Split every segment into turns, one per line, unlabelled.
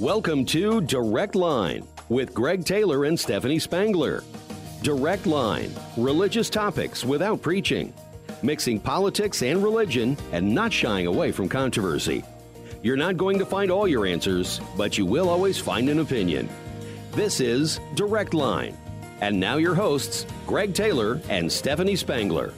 Welcome to Direct Line with Greg Taylor and Stephanie Spangler. Direct Line religious topics without preaching, mixing politics and religion and not shying away from controversy. You're not going to find all your answers, but you will always find an opinion. This is Direct Line. And now your hosts, Greg Taylor and Stephanie Spangler.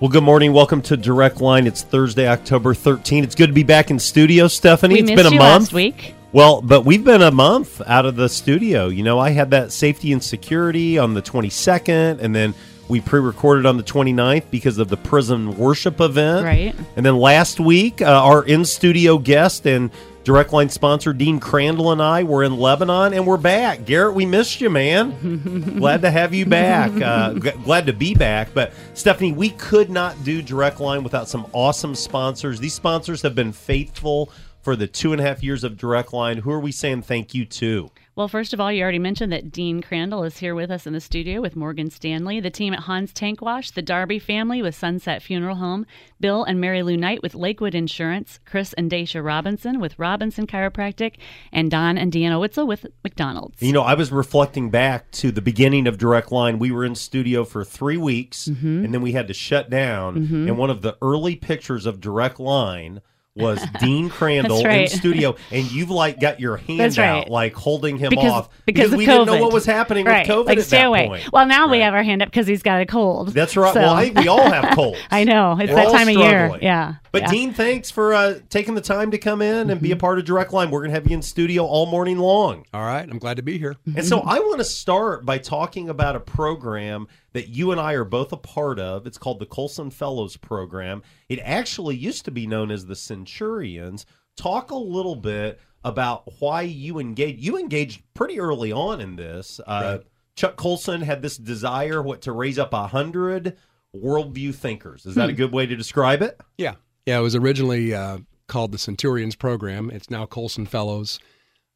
Well, good morning. Welcome to Direct Line. It's Thursday, October 13th. It's good to be back in studio, Stephanie.
We
it's
missed
been a
you
month.
last week.
Well, but we've been a month out of the studio. You know, I had that safety and security on the 22nd, and then we pre recorded on the 29th because of the prison worship event.
Right.
And then last week, uh, our in studio guest and Direct Line sponsor, Dean Crandall, and I were in Lebanon, and we're back. Garrett, we missed you, man. glad to have you back. Uh, g- glad to be back. But Stephanie, we could not do Direct Line without some awesome sponsors. These sponsors have been faithful for the two and a half years of Direct Line. Who are we saying thank you to?
Well, first of all, you already mentioned that Dean Crandall is here with us in the studio with Morgan Stanley, the team at Hans Tank Wash, the Darby family with Sunset Funeral Home, Bill and Mary Lou Knight with Lakewood Insurance, Chris and Dacia Robinson with Robinson Chiropractic, and Don and Deanna Witzel with McDonald's.
You know, I was reflecting back to the beginning of Direct Line. We were in studio for three weeks,
Mm-hmm.
and then we had to shut down. And one of the early pictures of Direct Line was Dean Crandall in
right.
studio, and you've like got your hand
That's
out,
right.
like holding him
because,
off
because, of
we
COVID.
didn't know what was happening
right.
with COVID
Like,
at
stay
that
away.
point.
Well, now we
Right.
have our hand up because he's got a cold.
That's right.
So-
well, I think we all have colds.
I know. It's
We're
that
all
time of year.
struggling.
Yeah.
But
yeah. Mm-hmm.
Dean, thanks for uh, taking the time to come in and be a part of Direct Line. We're going to have you in studio all morning long.
All right, I'm glad to be here.
And so I want to start by talking about a program that you and I are both a part of. It's called the Colson Fellows Program. It actually used to be known as the Centurions. Talk a little bit about why you engaged. You engaged pretty early on in this. Uh, Chuck Colson had this desire what to raise up a hundred worldview thinkers. Is that a good way to describe it?
Yeah, yeah. It was originally uh, called the Centurions Program. It's now Colson Fellows.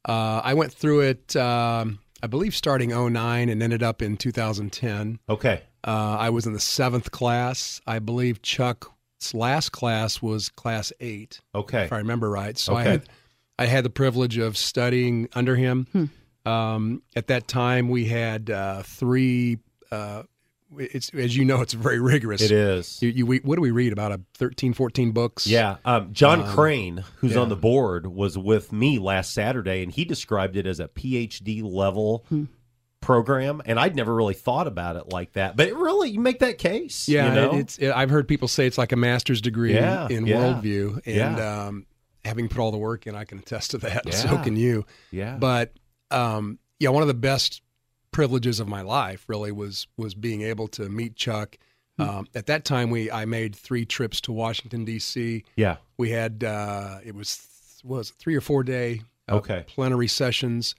Uh, I went through it, um, I believe, starting 09 and ended up in 2010.
Okay.
Uh, I was in the seventh class. I believe Chuck's last class was class eight,
Okay.
if I remember right. So
Okay.
I had I had the privilege of studying under him.
Hmm.
Um, at that time, we had uh, three. Uh, it's as you know, it's very rigorous.
It is.
You, you, we, what do we read about a 13, 14 books?
Yeah, um, John
Um,
Crane, who's
yeah.
on the board, was with me last Saturday, and he described it as a PhD level
Hmm.
program, and I'd never really thought about it like that. But it really, you make that case.
yeah.
you know?
it- it's. It, I've heard people say it's like a master's degree
Yeah,
in
yeah,
worldview, and
yeah.
um, having put all the work in, I can attest to that. So
Yeah.
can you.
yeah,
But um, yeah, one of the best privileges of my life really was was being able to meet Chuck.
Hmm.
Um, at that time, we I made three trips to Washington D.C.
yeah,
We had uh, it was what was it, three or four day uh,
Okay.
plenary sessions.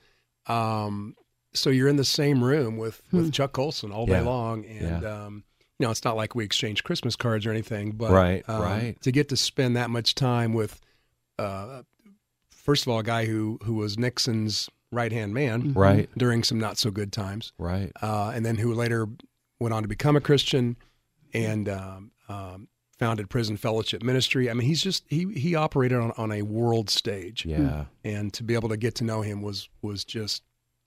Um, so you're in the same room with with Chuck Colson all
Hmm. Yeah.
day long, and um, you know it's not like we exchanged Christmas cards or anything, but
Right,
um,
right.
To get to spend that much time with, uh, first of all, a guy who who was Nixon's right hand man
Right.
during some not so good times,
right.
uh, and then who later went on to become a Christian and um, um, founded Prison Fellowship Ministry. I mean, he's just he he operated on, on a world stage,
Yeah.
and to be able to get to know him was was just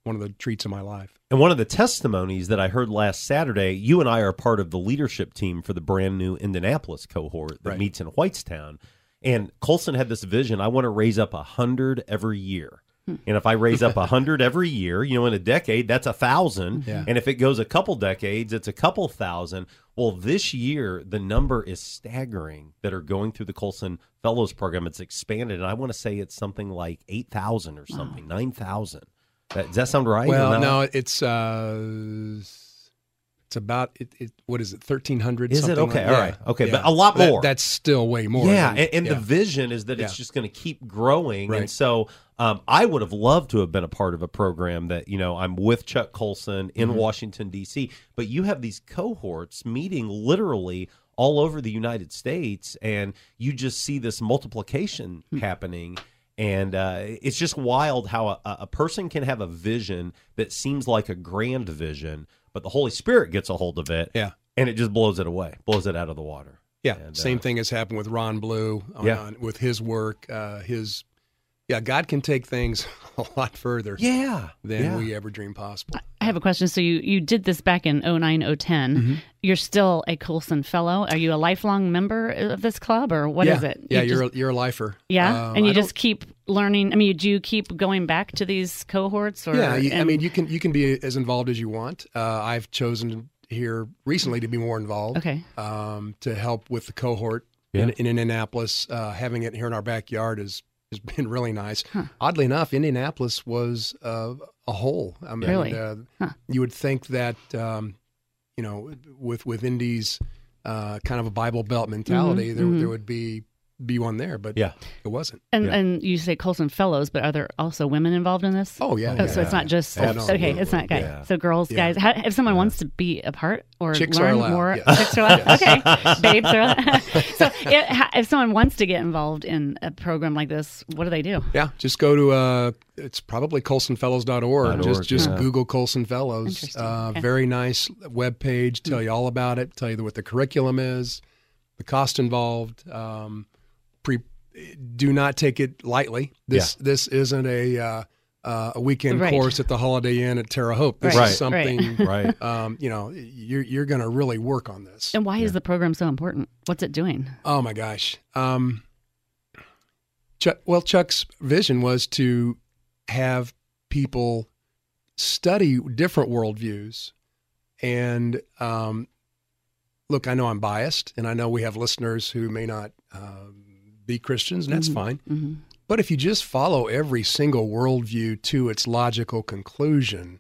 one of the treats of my life.
And one of the testimonies that I heard last Saturday, you and I are part of the leadership team for the brand new Indianapolis cohort that
Right.
meets in Whitestown. And Colson had this vision I want to raise up a 100 every year. And if I raise up a 100 every year, you know, in a decade, that's a 1,000.
Yeah.
And if it goes a couple decades, it's a couple thousand. Well, this year, the number is staggering that are going through the Colson Fellows Program. It's expanded. And I want to say it's something like 8,000 or something, 9,000. That, does that sound right? or
well,
not?
no, it's uh, it's about it, it. What is it? Thirteen hundred.
Is it?
something
Okay,
Like,
all
yeah,
right. Okay,
yeah.
but a lot
That-
more.
that's still way more.
yeah,
than-
and, and
yeah.
the vision is that it's
Yeah.
just going to keep growing, and
Right.
so um, I would have loved to have been a part of a program that you know I'm with Chuck Colson in
Mm-hmm.
Washington D.C. But you have these cohorts meeting literally all over the United States, and you just see this multiplication
Hmm.
happening. And uh, it's just wild how a, a person can have a vision that seems like a grand vision, but the Holy Spirit gets a hold of it,
Yeah.
and it just blows it away, blows it out of the water.
Yeah,
And,
same
uh,
thing has happened uh, with Ron Blue on,
Yeah.
on- with his work, uh, his yeah, God can take things a lot further
Yeah.
than
yeah.
we ever dreamed possible.
I have a question. So you, you did this back in oh 9 10
Mm-hmm.
You're still a Colson Fellow. Are you a lifelong member of this club or what
yeah.
is it?
Yeah,
You
you're
just-
a, you're a lifer.
yeah,
Um,
and you
I don't-
just keep learning. I mean, do you keep going back to these cohorts? Or
yeah. You, I
and-
mean, you can you can be as involved as you want. Uh, I've chosen here recently to be more involved.
okay,
um, to help with the cohort in,
Yeah.
in Indianapolis. Uh, having it here in our backyard is has been really nice. Oddly enough, Indianapolis was uh, a hole. I mean,
Really?
uh,
Huh.
you would think that um, you know, with with Indy's uh, kind of a Bible
Mm-hmm.
Belt mentality, there there would be be one there, but
Yeah.
it wasn't.
and
yeah.
and you say Colson Fellows, but are there also women involved in this?
Oh yeah,
Oh, so it's not just okay. It's not guys.
Yeah.
So girls,
Yeah.
guys. How, if someone wants to be a part or
Chicks are
learn
allowed,
more,
yes.
chicks are allowed. Okay, babes are allowed. so if, if someone wants to get involved in a program like this, what do they do?
Yeah, just go to uh, it's probably colsonfellows.org.
Dot
Just
org,
just
yeah.
Google Colson Fellows.
Interesting.
Uh,
Okay.
Very nice web page.
Hmm.
Tell you all about it. Tell you what the curriculum is, the cost involved. Um, pre, do not take it lightly. This this isn't a uh, uh, a weekend
Right.
course at the Holiday Inn at Terre Haute. This
Right.
is
Right.
Right.
something.
Right.
Um, you know, you're you're going to really work on this.
And why is the program so important? What's it doing?
Oh my gosh. Um, Chuck, well, Chuck's vision was to have people study different worldviews. And um, look, I know I'm biased, and I know we have listeners who may not um, be Christians, and that's fine.
Mm-hmm.
But if you just follow every single worldview to its logical conclusion,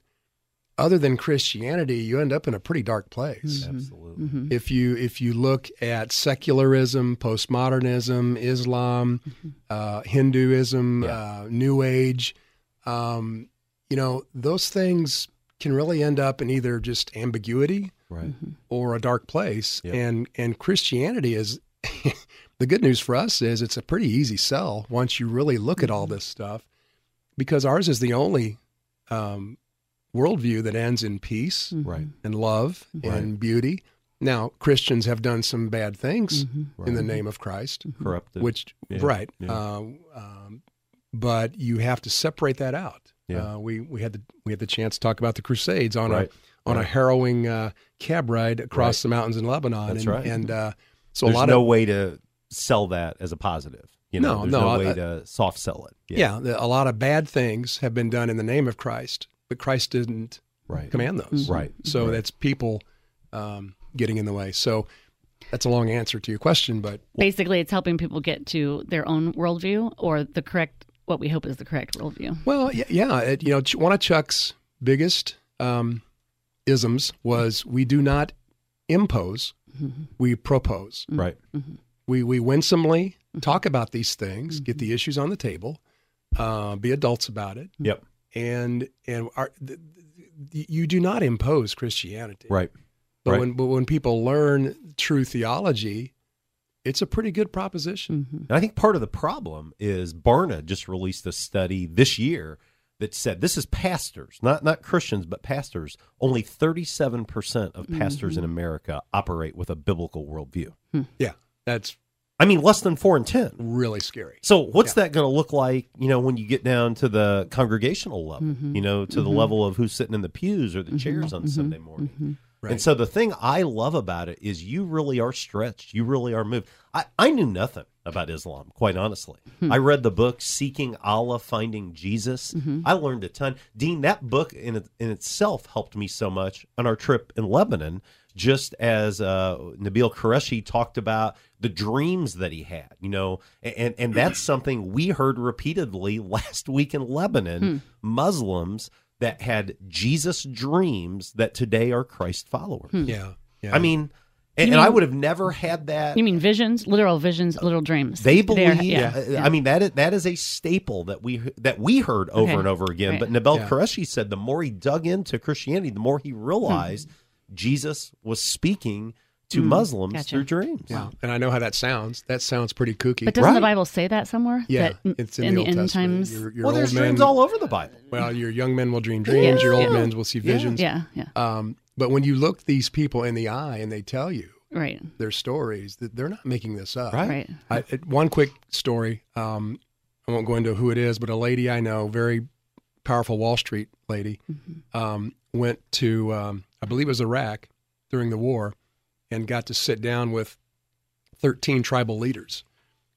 other than Christianity, you end up in a pretty dark place
Absolutely.
Mm-hmm.
if you if you look at secularism, postmodernism, Islam, uh, Hinduism,
Yeah.
uh, New Age, um, you know those things can really end up in either just ambiguity
Right.
or a dark place.
Yeah.
And and Christianity is the good news for us is it's a pretty easy sell once you really look at all this stuff, because ours is the only um, worldview that ends in peace
Right.
and love and beauty. Now, Christians have done some bad things
Mm. Mm-hmm.
in the
Right. Mm.
name of Christ,
Corrupted.
which,
Yeah,
right.
yeah.
Uh, um, but you have to separate that out.
Yeah.
Uh, we, we had the we had the chance to talk about the Crusades on
Right,
a on
right.
a harrowing uh, cab ride across the mountains in Lebanon.
That's
and,
right.
And uh, so
there's
a lot
no
of
way to sell that as a positive. You know,
No,
there's
no,
no,
I-
way
I-
to soft sell it.
yeah. the- a lot of bad things have been done in the name of Christ, but Christ didn't
Right.
command those.
Right.
So
Right.
that's people um, getting in the way. So that's a long answer to your question, but
Basically, it's helping people get to their own worldview or the correct, what we hope is the correct worldview.
Well, yeah, yeah it, you know, Ch- one of Chuck's biggest um, isms was we do not impose, we propose.
Right.
We we winsomely talk about these things, get the issues on the table, uh, be adults about it,
Yep.
and and our, th- th- you do not impose Christianity.
Right.
But
right.
when but when people learn true theology, it's a pretty good proposition.
And I think part of the problem is Barna just released a study this year that said this is pastors, not not Christians, but pastors. Only 37% of pastors in America operate with a biblical worldview.
Mm.
Yeah, that's
I mean, less than 4 in 10.
really scary.
So what's that going to look like, you know, when you get down to the congregational level, you know, to the level of who's sitting in the pews or the chairs on Sunday morning? And
Right.
so the thing I love about it is you really are stretched. You really are moved. I, I knew nothing about Islam, quite honestly. I read the book Seeking Allah, Finding Jesus. I learned a ton. Dean, that book in, it- in itself helped me so much on our trip in Lebanon, just as uh, Nabil Qureshi talked about the dreams that he had, you know, and, and that's something we heard repeatedly last week in Lebanon. Muslims that had Jesus dreams that today are Christ followers.
Hmm.
Yeah. Yeah.
I mean, and, and I would have never had that.
You mean visions, literal visions, literal dreams?
They
They're-
believe. uh, I mean that is, that is a staple that we that we heard over
Okay.
and over again.
Right.
But Nabel
Yeah.
Qureshi said the more he dug into Christianity, the more he
Hmm.
realized Jesus was speaking to Muslims
Hmm. Gotcha.
through dreams.
Yeah, and I know how that sounds. That sounds pretty kooky.
But doesn't the
Right.
Bible say that somewhere?
yeah,
That
it's in, the, Old
end
Testament.
times.
Your, your
Well, there's
old men,
dreams all over the Bible.
well, your young men will dream dreams. Your old
Yeah.
men will see
Yeah.
visions.
yeah, yeah,
Um, but when you look these people in the eye and they tell you
right,
their stories, that they're not making this up.
Right.
right.
I, it- one quick story. Um, I won't go into who it is, but a lady I know, very powerful Wall Street lady, um, went to, um, I believe it was Iraq during the war, and got to sit down with 13 tribal leaders,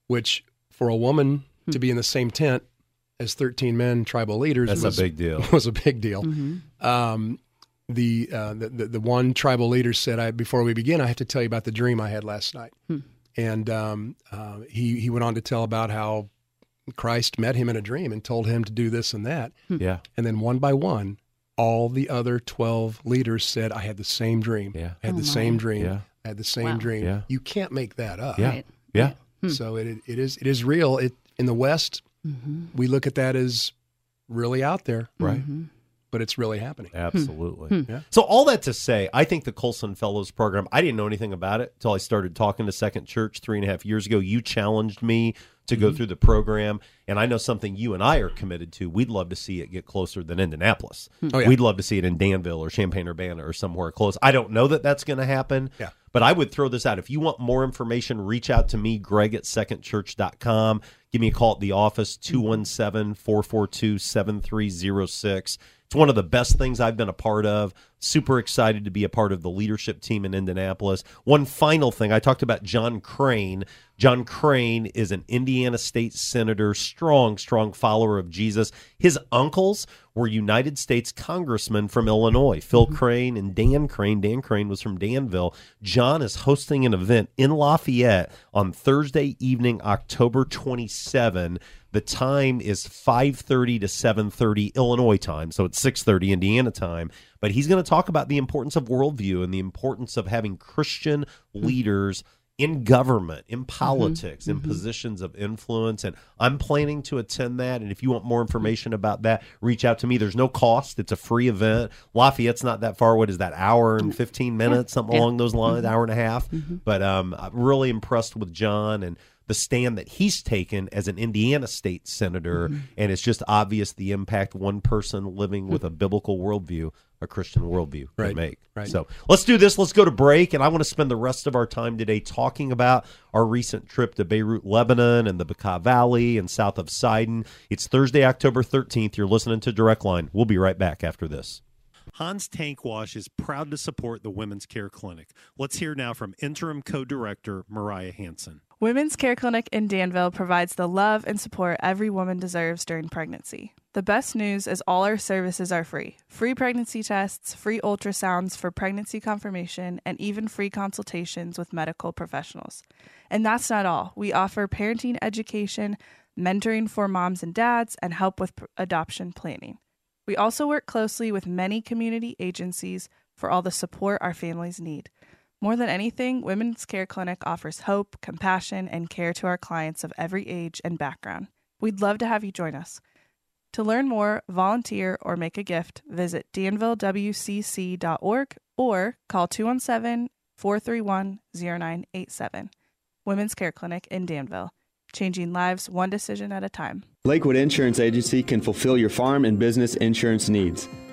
which for a woman to be in the same tent as 13 men tribal leaders
That's
was
a big deal.
was a big deal.
Mm-hmm.
Um, the, uh, the, the the one tribal leader said, "I before we begin, I have to tell you about the dream I had last night."
Hmm.
And um, uh, he he went on to tell about how Christ met him in a dream and told him to do this and that.
Yeah.
And then one by one, all the other 12 leaders said, I had the same dream.
Yeah.
I had
Oh,
the
my.
same dream.
Yeah.
I had the same
Wow. Hmm.
dream.
Yeah.
You can't make that up.
Yeah.
Right.
Yeah.
So it, it is it is real. It in the West,
Mm-hmm.
we look at that as really out there,
Hmm.
Right.
but it's really happening.
Absolutely.
Yeah.
So all that to say, I think the Colson Fellows program. I didn't know anything about it until I started talking to Second Church three and a half years ago. You challenged me to
Mm-hmm.
go through the program, and I know something you and I are committed to. We'd love to see it get closer than Indianapolis.
Oh, yeah.
We'd love to see it in Danville or Champaign Urbana or somewhere close. I don't know that that's going to happen.
Yeah.
But I would throw this out. If you want more information, reach out to me, Greg at secondchurch.com. Give me a call at the office, 217 442 7306. It's one of the best things I've been a part of. Super excited to be a part of the leadership team in Indianapolis. One final thing I talked about John Crane. John Crane is an Indiana state senator, strong, strong follower of Jesus. His uncles were United States congressmen from Illinois, Phil Crane and Dan Crane. Dan Crane was from Danville. John is hosting an event in Lafayette on Thursday evening, October 27. The time is 5:30 to 7:30 Illinois time, so it's 6:30 Indiana time. But he's going to talk about the importance of worldview and the importance of having Christian leaders in government, in politics, in positions of influence. And I'm planning to attend that. And if you want more information about that, reach out to me. There's no cost, it's a free event. Lafayette's not that far. What is that, hour and 15 minutes, something along those lines, hour and a half? But um, I'm really impressed with John and the stand that he's taken as an Indiana state senator. And it's just obvious the impact one person living with a biblical worldview, a Christian worldview, can
Right.
make.
Right.
So let's do this. Let's go to break. And I want to spend the rest of our time today talking about our recent trip to Beirut, Lebanon, and the Bekaa Valley and south of Sidon. It's Thursday, October 13th. You're listening to Direct Line. We'll be right back after this.
Hans Tank Wash is proud to support the Women's Care Clinic. Let's hear now from interim co director Mariah Hansen.
Women's Care Clinic in Danville provides the love and support every woman deserves during pregnancy. The best news is all our services are free free pregnancy tests, free ultrasounds for pregnancy confirmation, and even free consultations with medical professionals. And that's not all. We offer parenting education, mentoring for moms and dads, and help with pr- adoption planning. We also work closely with many community agencies for all the support our families need. More than anything, Women's Care Clinic offers hope, compassion, and care to our clients of every age and background. We'd love to have you join us. To learn more, volunteer, or make a gift, visit danvillewcc.org or call 217 431 0987. Women's Care Clinic in Danville, changing lives one decision at a time.
Lakewood Insurance Agency can fulfill your farm and business insurance needs.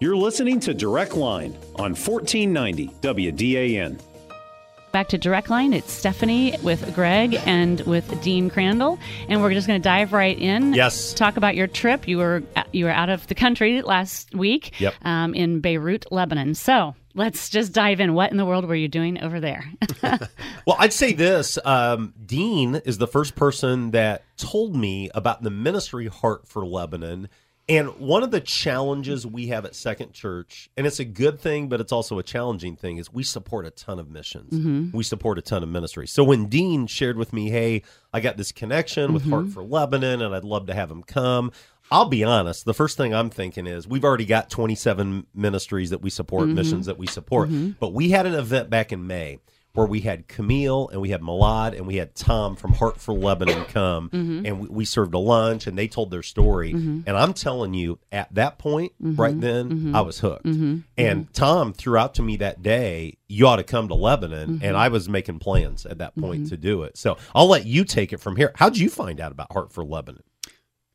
You're listening to Direct Line on 1490 WDAN.
Back to Direct Line. It's Stephanie with Greg and with Dean Crandall, and we're just going to dive right in.
Yes.
Talk about your trip. You were uh, you were out of the country last week.
Yep.
Um, in Beirut, Lebanon. So let's just dive in. What in the world were you doing over there?
Well, I'd say this. Um, Dean is the first person that told me about the ministry heart for Lebanon. And one of the challenges we have at Second Church, and it's a good thing, but it's also a challenging thing, is we support a ton of missions. We support a ton of ministries. So when Dean shared with me, hey, I got this connection with Heart for Lebanon and I'd love to have him come, I'll be honest. The first thing I'm thinking is we've already got 27 ministries that we support, missions that we support. But we had an event back in May where we had Camille and we had Malad and we had Tom from Heart for Lebanon come and we, we served a lunch and they told their story. And I'm telling you, at that point, right then, I was hooked. And Tom threw out to me that day, you ought to come to Lebanon. And I was making plans at that point to do it. So I'll let you take it from here. How'd you find out about Heart for Lebanon?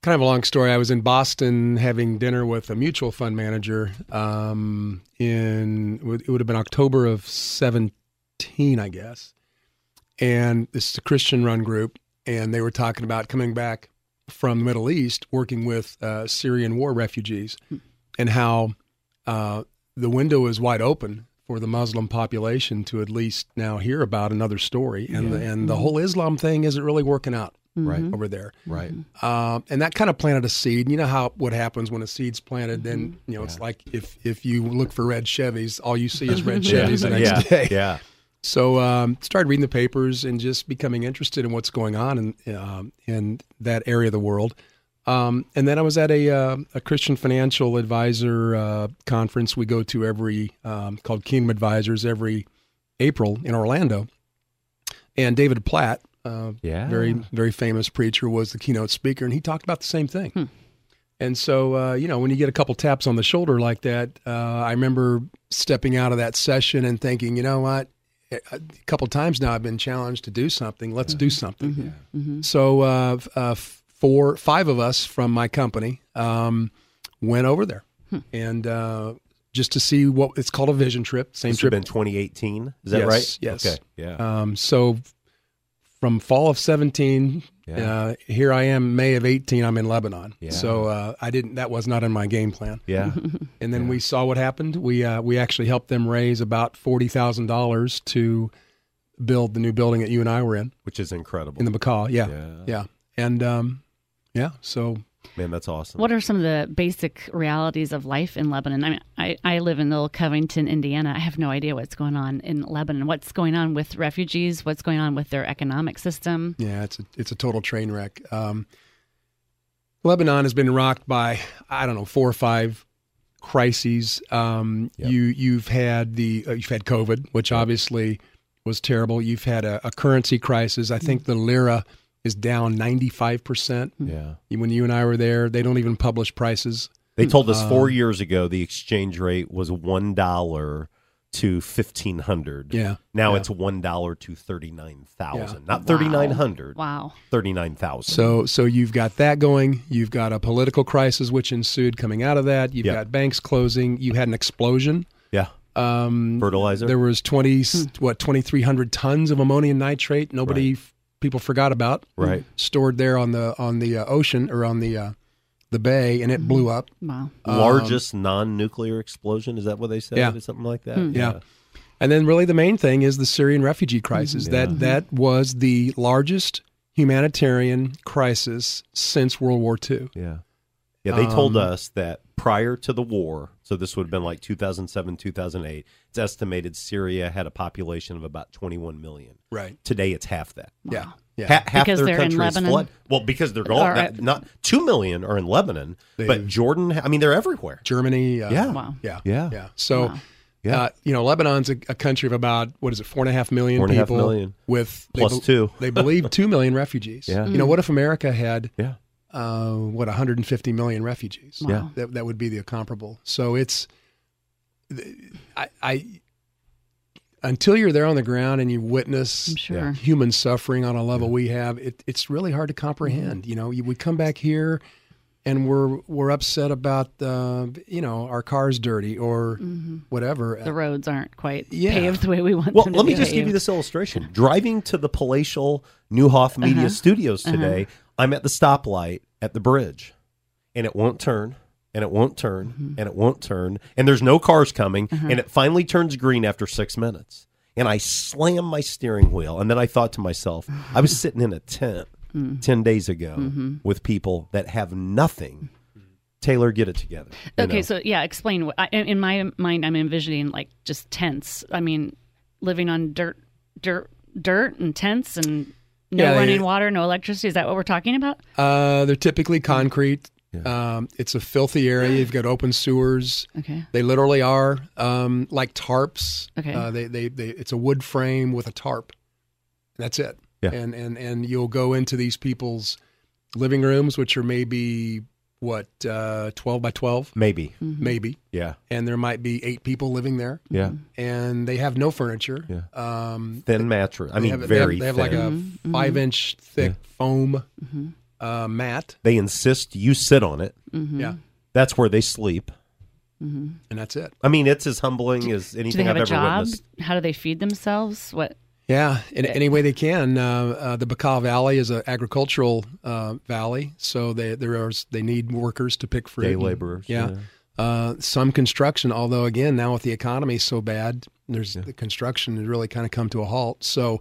kind of a long story. I was in Boston having dinner with a mutual fund manager. Um, in it would have been October of seventeen, I guess. And this is a Christian-run group, and they were talking about coming back from the Middle East, working with uh, Syrian war refugees, and how uh, the window is wide open for the Muslim population to at least now hear about another story, and the, and the whole Islam thing isn't really working out
Right.
over there.
Right.
Um, and that kind of planted a seed. You know how what happens when a seed's planted? Then you know it's like if if you look for red Chevys, all you see is red Chevys the next
yeah.
day.
Yeah.
So um, started reading the papers and just becoming interested in what's going on in um, in that area of the world. Um, and then I was at a uh, a Christian financial advisor uh, conference we go to every um, called Kingdom Advisors every April in Orlando. And David Platt, uh,
Yeah.
very very famous preacher, was the keynote speaker, and he talked about the same thing. And so, uh, you know, when you get a couple taps on the shoulder like that, uh, I remember stepping out of that session and thinking, you know what? A a couple times now I've been challenged to do something. Let's do something. So, uh, f- uh, four, five of us from my company um, went over there and uh, just to see what it's called a vision trip, same
This would
trip.
have been 2018. Is that
Yes,
right?
yes.
Okay. Yeah.
Um, so from fall of 17,
Yeah.
uh, here I am, May of 18, I'm in Lebanon.
Yeah.
So uh, I didn't, that was not in my game plan.
yeah.
And then we saw what happened. We, uh, we actually helped them raise about $40,000 to build the new building that you and I were in,
Which is incredible.
in the Bacaw. Yeah. Yeah.
yeah.
And, um, yeah, so
Man, that's awesome.
What are some of the basic realities of life in Lebanon? I mean, I, I live in little Covington, Indiana. I have no idea what's going on in Lebanon. What's going on with refugees? What's going on with their economic system?
Yeah, it's a, it's a total train wreck. Um, Lebanon has been rocked by I don't know four or five crises. Um,
Yep.
You you've had the uh, you've had COVID, which obviously was terrible. You've had a, a currency crisis. I
Mm.
think the lira is down ninety five percent.
yeah.
When you and I were there, they don't even publish prices.
They told us
Uh.
four years ago the exchange rate was one dollar to fifteen hundred.
Yeah.
Now
Yeah.
it's one dollar to thirty nine thousand.
Yeah.
Not thirty nine hundred.
Wow.
Thirty nine thousand.
So so you've got that going. You've got a political crisis which ensued coming out of that. You've
Yep.
got banks closing. You had an explosion.
yeah.
Um,
Fertilizer.
There Hmm. was twenty what twenty three hundred tons of ammonium nitrate. Nobody
Right.
f- people forgot about
right.
stored there on the on the uh, ocean or on the uh, the bay, and it blew up.
Wow.
Largest non nuclear explosion. Is that what they said?
um, Yeah.
Or Something like that.
Yeah. And then really the main thing is the Syrian refugee crisis. That that was the largest humanitarian crisis since World War II.
Yeah. Yeah, they told
Um,
us that prior to the war, so this would have been like 2007, 2008, it's estimated Syria had a population of about 21 million.
Right.
Today it's half that.
Yeah. Yeah.
Ha- half
Because
their
they're in
country is
Lebanon?
flood. Well, because they're
Or- uh,
gone. Not, not- 2 million are in Lebanon, but
They've-
Jordan, I mean, they're everywhere.
Germany. Uh,
Yeah.
Wow.
Yeah.
Yeah.
Yeah. So,
Wow.
Yeah.
Uh, you know, Lebanon's a, a country of about what is it, four and a half million
Four and a half
people
million.
with they
Plus two.
they believe two million refugees.
Yeah.
Mm.
You know, what if America had
Yeah.
uh, what 150 million refugees?
Wow. Yeah.
That that would be the comparable. So it's I, I until you're there on the ground and you witness
I'm sure.
human suffering on a level we have, it, it's really hard to comprehend. You know, you, we come back here and we're we're upset about uh, you know our car's dirty or whatever.
Mm-hmm. The roads aren't quite
Yeah.
paved the way we want
Well,
them to
let me
be
just give
paved.
you this illustration. Driving to the palatial Newhoff
Uh-huh.
Media Studios today, I'm at the stoplight at the bridge, and it won't turn, and it won't turn,
Mm-hmm.
and it won't turn, and there's no cars coming,
Uh-huh.
and it finally turns green after six minutes. And I slam my steering wheel, and then I thought to myself, I
Mm.
was
Mm-hmm.
sitting in a tent 10 days ago with people that have nothing Taylor, get it together. you
Okay,
know?
so yeah, explain. what- I, in in my mind, I'm envisioning like just tents. I mean, living on dirt, dirt, dirt, and tents, and no
Yeah,
running
yeah.
water, no electricity. Is that what we're talking about?
Uh, they're typically concrete. Um, it's a filthy area. You've got open sewers.
Okay.
They literally are um, like tarps.
Okay.
Uh, they, they, they, it's a wood frame with a tarp. That's it.
Yeah.
And, and, and you'll go into these people's living rooms, which are maybe, what, uh, 12 by 12,
maybe,
maybe.
yeah,
And there might be eight people living there.
yeah,
Mm-hmm.
And they have no furniture.
Yeah.
Um,
thin mattress. I
they
mean,
have, they have-
very.
They have,
thin. Mm-hmm.
like a five inch thick foam uh, mat.
They insist you sit on it.
Yeah.
That's where they sleep.
And that's it.
I mean, it's as humbling as
Do
anything
they have
I've
a
ever
job?
witnessed.
How do they feed themselves? What?
Yeah, in any way they can. Uh, uh, the Bacaw Valley is an agricultural uh, valley, so they there are they need workers to pick fruit.
Day
and-
laborers,
Yeah.
yeah.
Uh, some construction, although again now with the economy so bad, there's the construction has really kind of come to a halt. So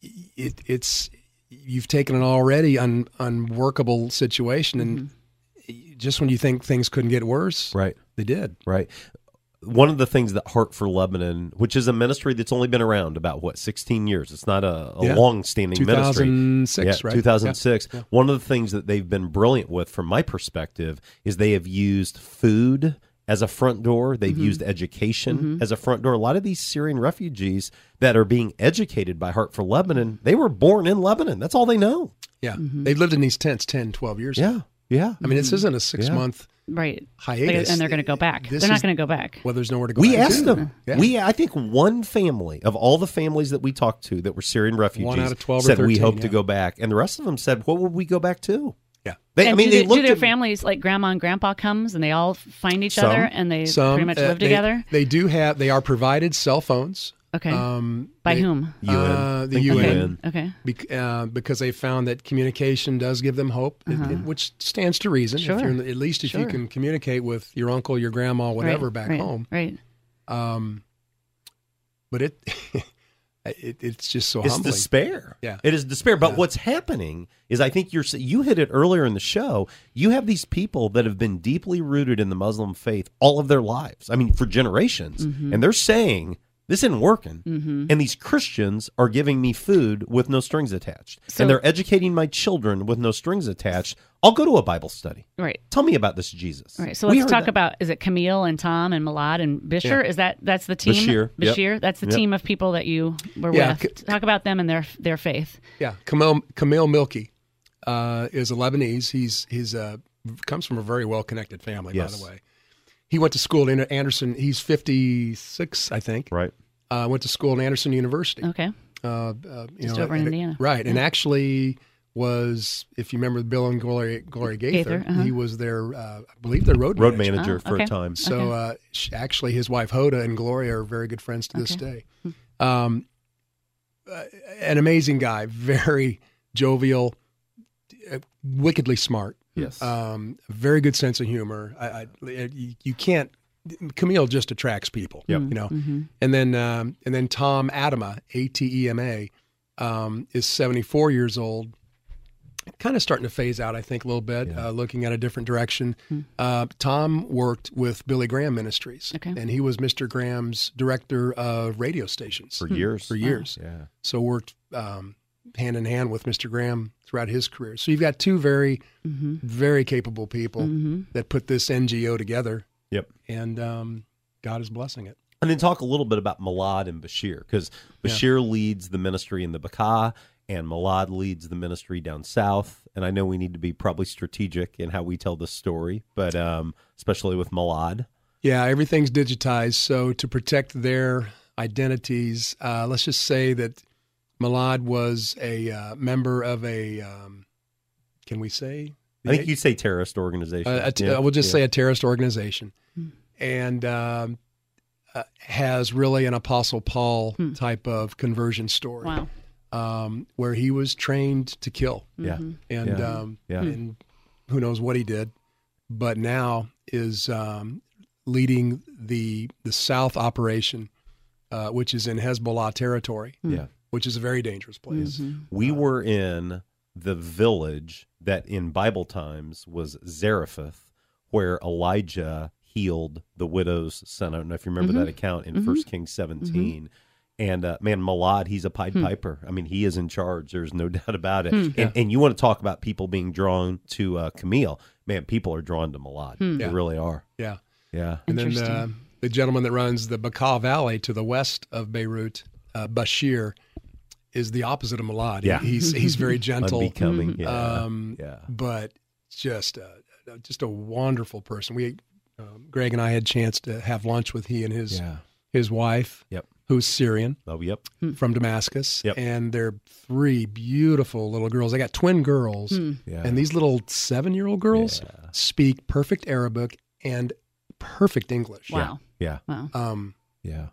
it, it's you've taken an already un, unworkable situation, and just when you think things couldn't get worse,
Right.
they did.
Right. One of the things that Heart for Lebanon, which is a ministry that's only been around about what sixteen years, it's not a, a
Yeah.
long-standing ministry.
2006,
yeah,
right?
2006.
Yeah.
One of the things that they've been brilliant with, from my perspective, is they have used food as a front door. They've
Mm-hmm.
used education as a front door. A lot of these Syrian refugees that are being educated by Heart for Lebanon, they were born in Lebanon. That's all they know.
Yeah, they lived in these tents 10, 12 years. ago.
Yeah. Yeah.
I mean, this isn't a six month.
Right.
Hiatus.
and they're going to go back.
This
they're not
is-
going to go back.
Well, there's nowhere to go.
We
back to.
asked them.
Yeah.
We, I think, one family of all the families that we talked to that were Syrian refugees
One out of 12 or
said we
13,
hope to
yeah.
go back, and the rest of them said, "What would we go back to?"
Yeah.
They, I
And do,
mean, they,
they- do
looked
their
at
families like grandma and grandpa comes and they all find each
Some.
other and they
Some,
pretty much
uh,
live
they-
together?
They do have. They are provided cell phones.
Okay.
Um,
By
they-
whom?
UN,
Uh, the
Think
UN.
Okay.
bec- uh, because they found that communication does give them hope, it- it- which stands to reason. If
Uh-huh. Sure.
you're in the- at least if you
Sure.
can communicate with your uncle, your grandma, whatever
Right,
back
right,
home.
Right.
Um, but it, it it's just so
It's
humbling.
despair.
Yeah.
It is despair. But
Yeah.
what's happening is I think you're you hit it earlier in the show. You have these people that have been deeply rooted in the Muslim faith all of their lives. I mean, for generations.
Mm-hmm.
And they're saying this isn't working. And these Christians are giving me food with no strings attached.
So-
and they're educating my children with no strings attached. I'll go to a Bible study.
Right.
Tell me about this Jesus.
All right, so
We
let's
heard
talk
that.
about is it Camille and Tom and Milad and Bisher? Is that that's the team?
Bashir, yep.
Bashir, that's the
Yep.
team of people that you were
Yeah,
with.
c-
talk about them and their their faith.
Yeah, Camille Camille Milky uh, is a Lebanese. He's he's uh, comes from a very well connected family, by
Yes.
the way. He went to school at Anderson. He's fifty six, I think.
right.
Uh, went to school at Anderson University.
Okay,
Uh, uh, you
Oh. Just
know,
over in
and-
Indiana.
right? And actually was, if you remember, Bill and Gloria Gloria Gaither.
Gaither, uh-huh.
He was their, uh, I believe, their road
Road
manager.
manager
Oh,
for
okay.
a time.
So uh, sh actually, his wife Hoda and Gloria are very good friends to this day. Um, uh, an amazing guy, very jovial, uh, wickedly smart.
Yes.
uh,
Um, very good sense of humor. I, I, you, you can't. Camille just attracts people.
Yep.
You know, and then um, and then Tom Adama, A T E M A, um, is seventy four years old kind of starting to phase out, I think, a little bit, uh, looking at a different direction. Uh, Tom worked with Billy Graham Ministries,
Okay.
and he was Mr. Graham's director of radio stations
hmm.
for years.
for years.
Yeah.
So worked um, hand in hand with Mr. Graham throughout his career. So you've got two very, very capable people that put this NGO together,
Yep.
and um, God is blessing it.
And then talk a little bit about Malad and Bashir because Bashir leads the ministry in the Baqa and Malad leads the ministry down south. And I know we need to be probably strategic in how we tell this story, but um, especially with Malad.
Yeah, everything's digitized. So to protect their identities, uh, let's just say that Milad was a uh, member of a, um, can we say?
I think you'd say terrorist organization.
Uh, a t-
Yeah.
uh, we'll just
Yeah.
say a terrorist organization. And um, uh, has really an Apostle Paul type of conversion story
wow,
um, where he was trained to kill
Yeah.
and
Yeah.
Um,
Yeah.
and who knows what he did, but now is um, leading the the South operation, uh, which is in Hezbollah territory,
Yeah.
which is a very dangerous place.
We were in the village that in Bible times was Zarephath, where Elijah healed the widow's son. I don't know if you remember that account in First Kings 17. And uh, man, Malad, he's a Pied Piper. I mean, he is in charge. There's no doubt about it. And, and you want to talk about people being drawn to uh, Camille. Man, people are drawn to Malad. They
Yeah.
really are.
Yeah.
Yeah.
And then
Interesting.
uh, the gentleman that runs the Bekaa Valley to the west of Beirut, uh, Bashir, is the opposite of Malad. He-
Yeah.
he's he's very gentle,
Unbecoming. Yeah.
um,
yeah.
but just a, just a wonderful person. We, um, Greg and I had a chance to have lunch with he and his
Yeah.
his wife,
Yep.
who's Syrian
Oh, yep.
from Damascus,
Yep.
and they're three beautiful little girls. They got twin girls,
Yeah.
and these little seven-year-old girls
Yeah.
speak perfect Arabic and perfect English.
Wow.
Yeah.
Wow.
Um,
Yeah.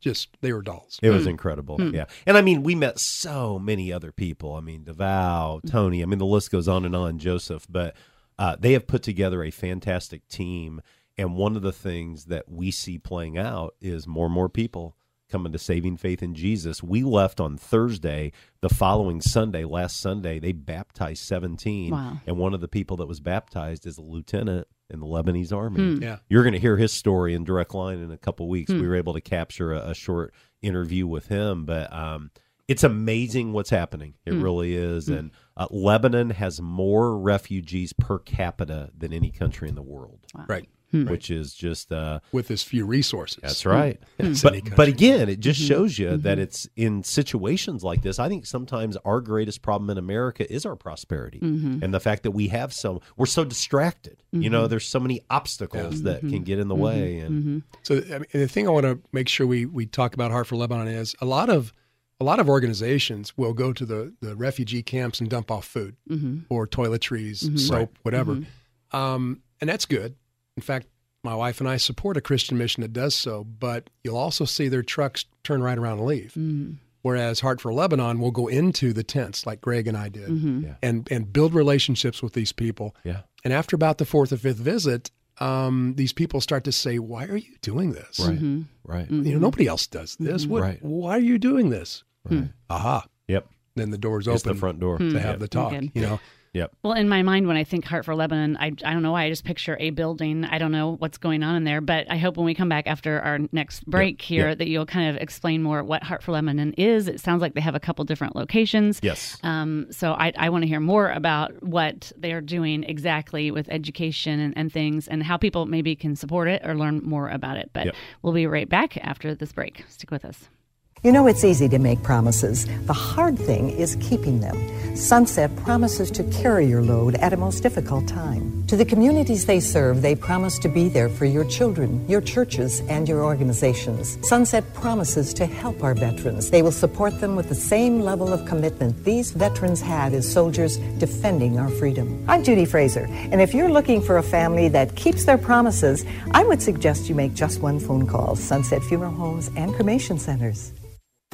just they were dolls.
It was incredible. Yeah. And I mean, we met so many other people. I mean, DeVal, Tony, I mean, the list goes on and on, Joseph, but uh, they have put together a fantastic team. And one of the things that we see playing out is more and more people coming to saving faith in Jesus. We left on Thursday. The following Sunday, last Sunday, they baptized 17.
Wow.
And one of the people that was baptized is a lieutenant in the Lebanese army.
Yeah.
You're going to hear his story in Direct Line in a couple weeks. We were able to capture a, a short interview with him, but um, it's amazing what's happening. It really is. And uh, Lebanon has more refugees per capita than any country in the world,
Right.
which is just. Uh,
With as few resources.
that's right.
any
But, but again, it just shows you that it's in situations like this. I think sometimes our greatest problem in America is our prosperity and the fact that we have so we're so distracted. You know, there's so many obstacles that can get in the way. And
So I mean, the thing I want to make sure we we talk about Heart for Lebanon is a lot of a lot of organizations will go to the the refugee camps and dump off food or toiletries, soap, whatever, um, and that's good. In fact, my wife and I support a Christian mission that does so. But you'll also see their trucks turn right around and leave. Whereas Heart for Lebanon will go into the tents like Greg and I did,
Mm-hmm.
Yeah.
and and build relationships with these people.
yeah,
And after about the fourth or fifth visit, um, these people start to say, "Why are you doing this?
Mm-hmm.
right, Mm-hmm.
You know, nobody else does this. What?
Right.
Why are you doing this?"
Hmm.
Aha!
yep.
Then the doors
It's
open
the front door.
Mm-hmm.
to have the talk.
Good.
You know,
Yep.
Well, in my mind, when I think Heart for Lebanon, I, I don't know why. I just picture a building. I don't know what's going on in there, but I hope when we come back after our next break here that you'll kind of explain more what Heart for Lebanon is. It sounds like they have a couple different locations.
Yes.
Um, so I, I want to hear more about what they are doing exactly with education and, and things and how people maybe can support it or learn more about it. But
Yep.
we'll be right back after this break. Stick with us.
You know, it's easy to make promises. The hard thing is keeping them. Sunset promises to carry your load at a most difficult time. To the communities they serve, they promise to be there for your children, your churches, and your organizations. Sunset promises to help our veterans. They will support them with the same level of commitment these veterans had as soldiers defending our freedom. I'm Judy Fraser, and if you're looking for a family that keeps their promises, I would suggest you make just one phone call Sunset Funeral Homes and Cremation Centers.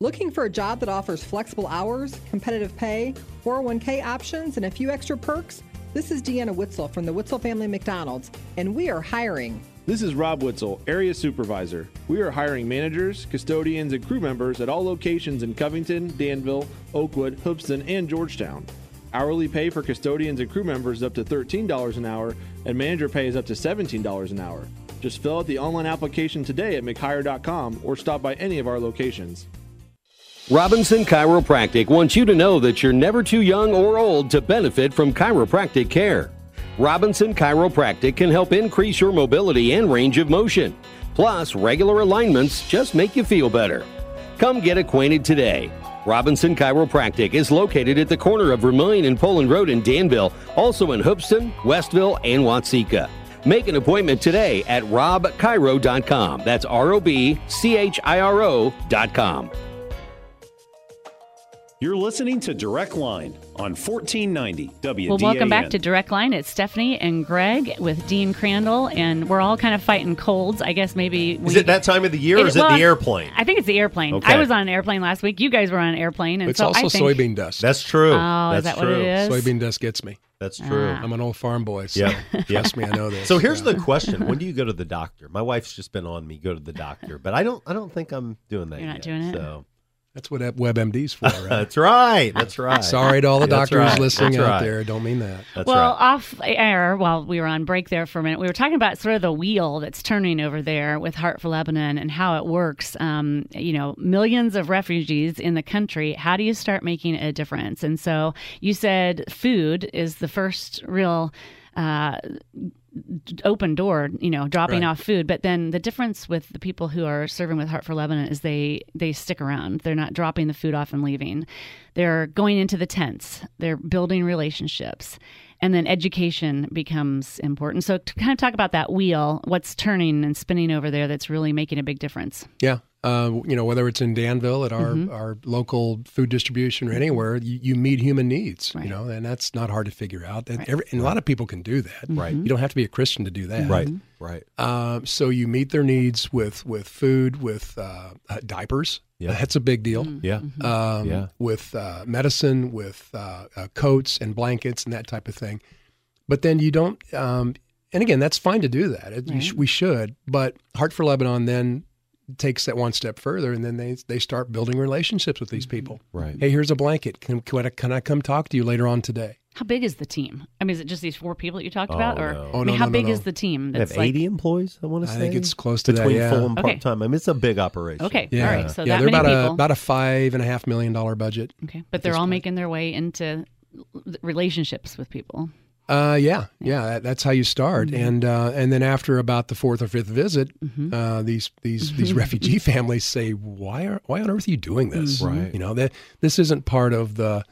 Looking for a job that offers flexible hours, competitive pay, 401k options, and a few extra perks? This is Deanna Witzel from the Witzel Family McDonald's, and we are hiring.
This is Rob Witzel, Area Supervisor. We are hiring managers, custodians, and crew members at all locations in Covington, Danville, Oakwood, Hoopston, and Georgetown. Hourly pay for custodians and crew members is up to $13 an hour, and manager pay is up to $17 an hour. Just fill out the online application today at McHire.com or stop by any of our locations.
Robinson Chiropractic wants you to know that you're never too young or old to benefit from chiropractic care. Robinson Chiropractic can help increase your mobility and range of motion. Plus, regular alignments just make you feel better. Come get acquainted today. Robinson Chiropractic is located at the corner of Vermillion and Poland Road in Danville, also in Hoopston, Westville, and Watsika. Make an appointment today at robchiro.com. That's R O B C H I R O.com.
You're listening to Direct Line
on 1490 WDAN.
Well, welcome back to Direct Line. It's Stephanie and Greg with Dean Crandall, and we're all kind of fighting colds. I guess maybe we,
Is it that time of the year or
It-
is it
well,
the airplane?
I think it's the airplane.
Okay.
I was on an airplane last week. You guys were on an airplane, and
it's
so
also
I think,
soybean dust.
That's true.
Oh, is that
That's
what it
true.
is?
Soybean dust gets me.
That's true.
Ah.
I'm an old farm boy. So
Yeah.
Trust me, I know this.
So here's
Yeah.
the question: When do you go to the doctor? My wife's just been on me. Go to the doctor, but I don't. I don't think I'm doing that.
You're not
yet,
doing it?
So
That's what WebMD's for, right?
that's right. That's right.
Sorry to all the
That's
doctors
right.
listening
That's
out
right.
there. Don't mean that.
That's
well,
right.
off air while we were on break there for a minute, we were talking about sort of the wheel that's turning over there with Heart for Lebanon and how it works. Um, you know, millions of refugees in the country. How do you start making a difference? And so you said food is the first real. Uh, open door, you know, dropping
Right.
off food. But then the difference with the people who are serving with Heart for Lebanon is they they stick around. They're not dropping the food off and leaving. They're going into the tents. They're building relationships, and then education becomes important. So to kind of talk about that wheel, what's turning and spinning over there that's really making a big difference.
Yeah. Uh, you know, whether it's in Danville at our, our local food distribution or anywhere, you, you meet human needs,
Right.
you know, and that's not hard to figure out. And, every, and a lot of people can do that.
Right.
You don't have to be a Christian to do that.
right. Right.
Um, so you meet their needs with, with food, with uh, uh, diapers.
Yeah.
That's a big deal.
Mm-hmm.
Yeah.
um,
Yeah.
with uh, medicine, with uh, uh, coats and blankets and that type of thing. But then you don't, um, and again, that's fine to do that. It, you sh- we should, but Heart for Lebanon then takes that one step further, and then they they start building relationships with these people.
Mm-hmm. Right.
Hey, here's a blanket. Can can I, can I come talk to you later on today?
How big is the team? I mean, is it just these four people that you talked
Oh,
about, or
no.
I
Oh,
mean,
no,
how
no,
big
no.
is the team?
They have
That's like
80 employees. I want to
I
say.
think it's close to that,
between
yeah.
full and
Okay.
part time. I mean, it's a big operation.
okay,
Yeah.
all right. So
yeah,
that
they're
many
about a
people.
about a five and a half million dollar budget.
okay, but they're all making their way into relationships with people.
Uh, yeah, yeah, that, that's how you start, and uh, and then after about the fourth or fifth visit, uh, these these these refugee families say, "Why are why on earth are you doing this?
Right.
You know that this isn't part of the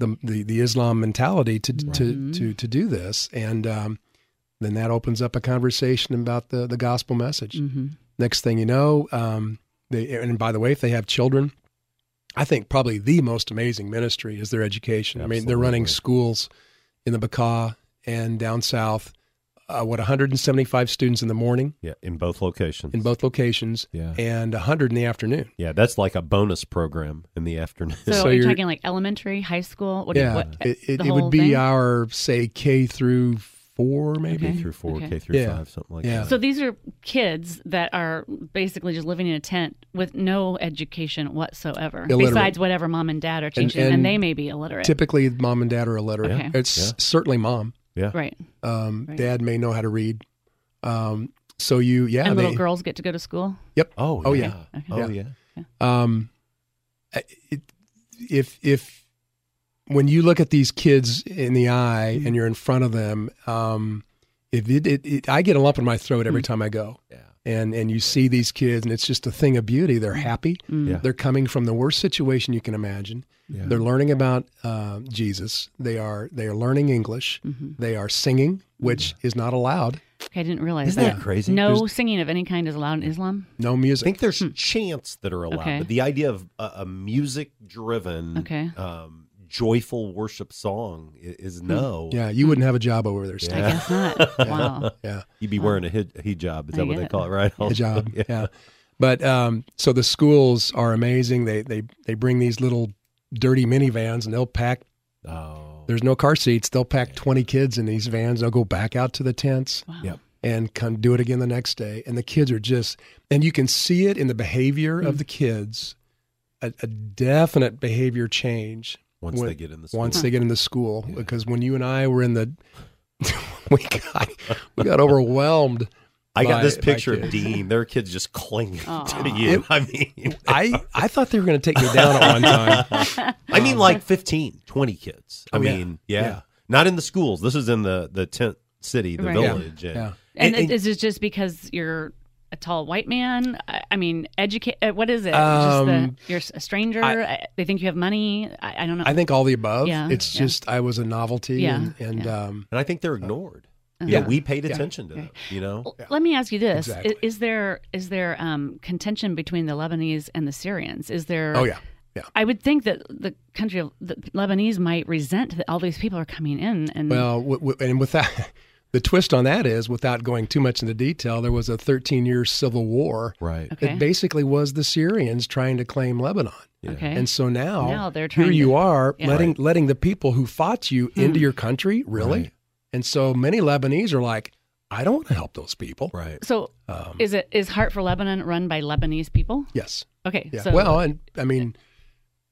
the the, the Islam mentality to, to to to do this." And um, then that opens up a conversation about the the gospel message. Next thing you know, um, they and by the way, if they have children, I think probably the most amazing ministry is their education. I mean, they're running schools in the Bacaw and down south. Uh, what 175 students in the morning
Yeah, in both locations.
in both locations,
Yeah.
and 100 in the afternoon.
Yeah, that's like a bonus program in the afternoon.
So,
So
are you
you're-
talking like elementary, high school? What do
yeah,
you, what,
it, it,
the
it would
whole
be uh,
thing?
our say K through four, maybe.
K through four,
Okay.
K through
Yeah.
five, something like
Yeah.
that.
So these are kids that are basically just living in a tent with no education whatsoever,
Illiterate.
besides whatever mom and dad are teaching, and,
and
they may be illiterate,
Typically, mom and dad are illiterate.
Okay.
It's certainly mom.
yeah.
right?
Um,
Right.
Dad may know how to read. Um, so you, yeah,
and little
they-
girls get to go to school.
Yep.
Oh,
Oh,
yeah.
yeah. Okay.
Oh, yeah.
um, I- it, if if when you look at these kids in the eye and you're in front of them, um, if it, it, it, I get a lump in my throat every time I go,
Mm. Yeah.
and and you see these kids, and it's just a thing of beauty. They're happy.
Mm.
Mm.
Yeah.
They're coming from the worst situation you can imagine.
Yeah.
They're learning about uh, Jesus. They are they are learning English.
Mm-hmm.
They are singing, which is not allowed.
Okay, I didn't realize
Isn't that
that
crazy?
No
There's-
singing of any kind is allowed in Islam.
No
I
music.
think there's chants that are allowed,
Hmm. Okay.
but the idea of a, a music-driven,
Okay. Hmm.
um, joyful worship song i- is no.
yeah, you wouldn't have a job over there. Steve.
I guess not. wow.
yeah.
You'd be wearing a hij- hijab. Is
I
that what
get
they
it.
call it, right?
the job. yeah. But um, so the schools are amazing. They they they bring these little dirty minivans and they'll pack.
Oh.
There's no car seats. They'll pack 20 kids in these vans. They'll go back out to the tents
Wow.
Yep.
and come do it again the next day. And the kids are just and you can see it in the behavior of the kids, a, a definite behavior change
Once
when-
they get in the
once
school.
they get into school because when you and I were in the we got we got overwhelmed.
I got
by-
this
by
picture of
kids.
Dean. Their kids just clinging to
Aw.
you.
It-
I mean,
I I thought they were going to take me down at one time.
I
Um,
mean, like 15, 20 kids. I
Oh, yeah.
mean, yeah.
Yeah.
Not in the schools. This is in the, the tent city, the
Right. Yeah.
village. And,
Yeah.
And, is it just because you're a tall white man? I, I mean, educate. Uh, what is it? just
Um,
the, you're a stranger.
I-
I, they think you have money. I, I don't know.
I think all the above.
Yeah,
It's
yeah.
just I was a novelty,
Yeah,
and, and Um,
and I think they're ignored. yeah.
Uh-huh.
Yeah.
We paid
Yeah.
attention to them, you know?
L- Let me ask you this: I-
Exactly.
is, there is there um, contention between the Lebanese and the Syrians? Is there?
oh yeah,
I would think that the country of the Lebanese might resent that all these people are coming in and
Well, w- w- and with that, the twist on that is, without going too much into detail, there was a 13-year civil war.
Right.
Okay.
It basically was the Syrians trying to claim Lebanon.
Okay.
And so now,
Now they're
here
trying
you
to-
are
yeah.
letting letting the people who fought you
Hmm.
into your country, really?
Right.
And so many Lebanese are like, I don't want to help those people.
Right.
so
um,
is it is Heart for Lebanon run by Lebanese people?
Yes.
Okay.
Yeah.
So
well, and I mean,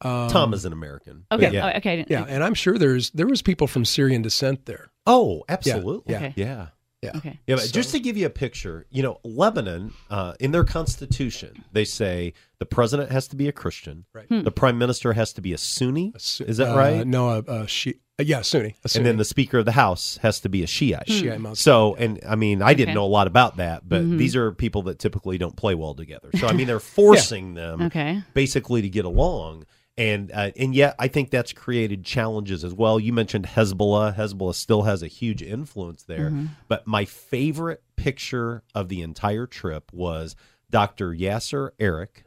um,
Tom is an American.
Okay,
but yeah.
oh, okay, I didn't-
Yeah, and I'm sure there's there was people from Syrian descent there.
Oh, absolutely.
Yeah.
Yeah.
Okay.
Yeah.
Yeah.
Okay.
Yeah, but just to give you a picture, you know, Lebanon, uh, in their constitution, they say the president has to be a Christian,
Right.
Hmm.
the prime minister has to be a Sunni,
A Su-
is that
uh,
right?
No, a, a Shi- uh, yeah, Sunni. a
and then
Sunni.
the speaker of the house has to be a Shiite.
Hmm. Shiite Muslim,
So, and I mean, I didn't
Okay.
know a lot about that, but these are people that typically don't play well together. So, I mean, they're forcing
Um,
them
Okay.
basically to get along. And uh, and yet, I think that's created challenges as well. You mentioned Hezbollah. Hezbollah still has a huge influence there. But my favorite picture of the entire trip was Dr. Yasser Eric,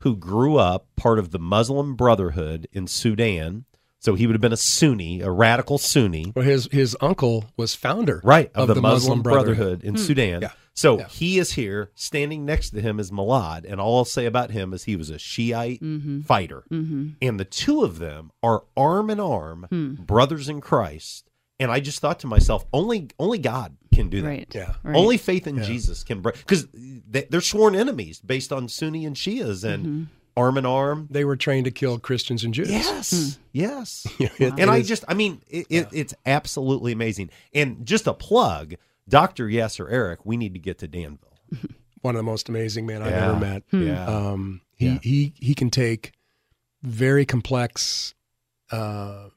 who grew up part of the Muslim Brotherhood in Sudan. So he would have been a Sunni, a radical Sunni
well, his his uncle was founder
right of, the, Muslim, Brotherhood, in Sudan.
Yeah.
So
Yeah.
he is here, standing next to him is Malad, and all I'll say about him is he was a Shiite fighter, and the two of them are arm in arm, brothers in Christ. And I just thought to myself, only only God can do that.
Right.
Yeah.
Right.
Only faith in Jesus can break because they, they're sworn enemies based on Sunni and Shias and arm in arm.
They were trained to kill Christians and Jews.
Yes, yes.
Yeah, it-
and
it
I
is-
just, I mean, it, it, it's absolutely amazing. And just a plug, Doctor Yasser Eric, we need to get to Danville.
one of the most amazing men I've
Yeah.
ever met.
Hmm.
Yeah.
Um, he
Yeah.
he he can take very complex uh,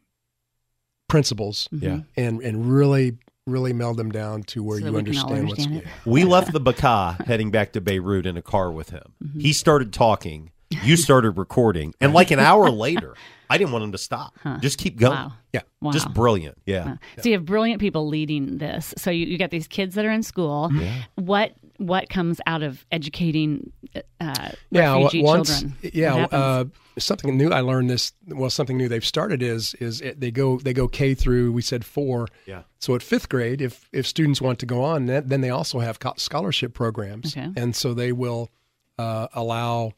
principles
Yeah.
and and really really meld them down to where
Mm-hmm. So that we can
you
all
understand,
understand
what's
it.
We left the Baka heading back to Beirut in a car with him. He started talking. You started recording, and like an hour later, I didn't want him to stop. Just keep going.
Wow.
yeah.
Wow.
Just brilliant. Yeah.
Wow. So you have brilliant people leading this. So you, you got these kids that are in school.
Mm-hmm.
What what comes out of educating uh,
yeah,
refugee
wa- once,
children? What
Yeah,
happens?
uh, something new I learned this. Well, something new they've started is is it, they go they go K through we said four.
Yeah.
So at fifth grade, if if students want to go on, that, then they also have co- scholarship programs,
Okay.
and so they will uh, allow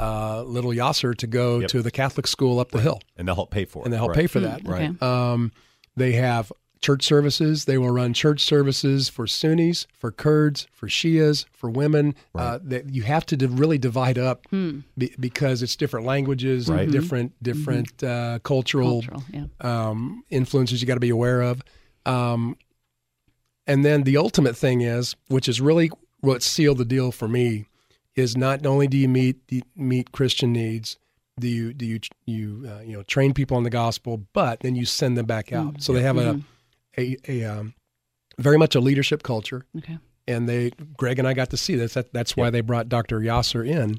uh, little Yasser to go
Yep.
to the Catholic school up the hill,
And they'll help pay for it.
and they help
Right.
pay for that.
okay.
Um, they have church services. They will run church services for Sunnis, for Kurds, for Shias, for women. Uh, that you have to di- really divide up be- because it's different languages, and
Right. Mhm.
different different uh, cultural,
Cultural, yeah.
um, influences you got to be aware of. Um, and then the ultimate thing is, which is really what sealed the deal for me, is not only do you meet do you meet Christian needs, do you do you you uh, you know train people on the gospel, but then you send them back out. So they have a a, a um, very much a leadership culture,
Okay.
and they Greg and I got to see this. That, that's why they brought Dr. Yasser in,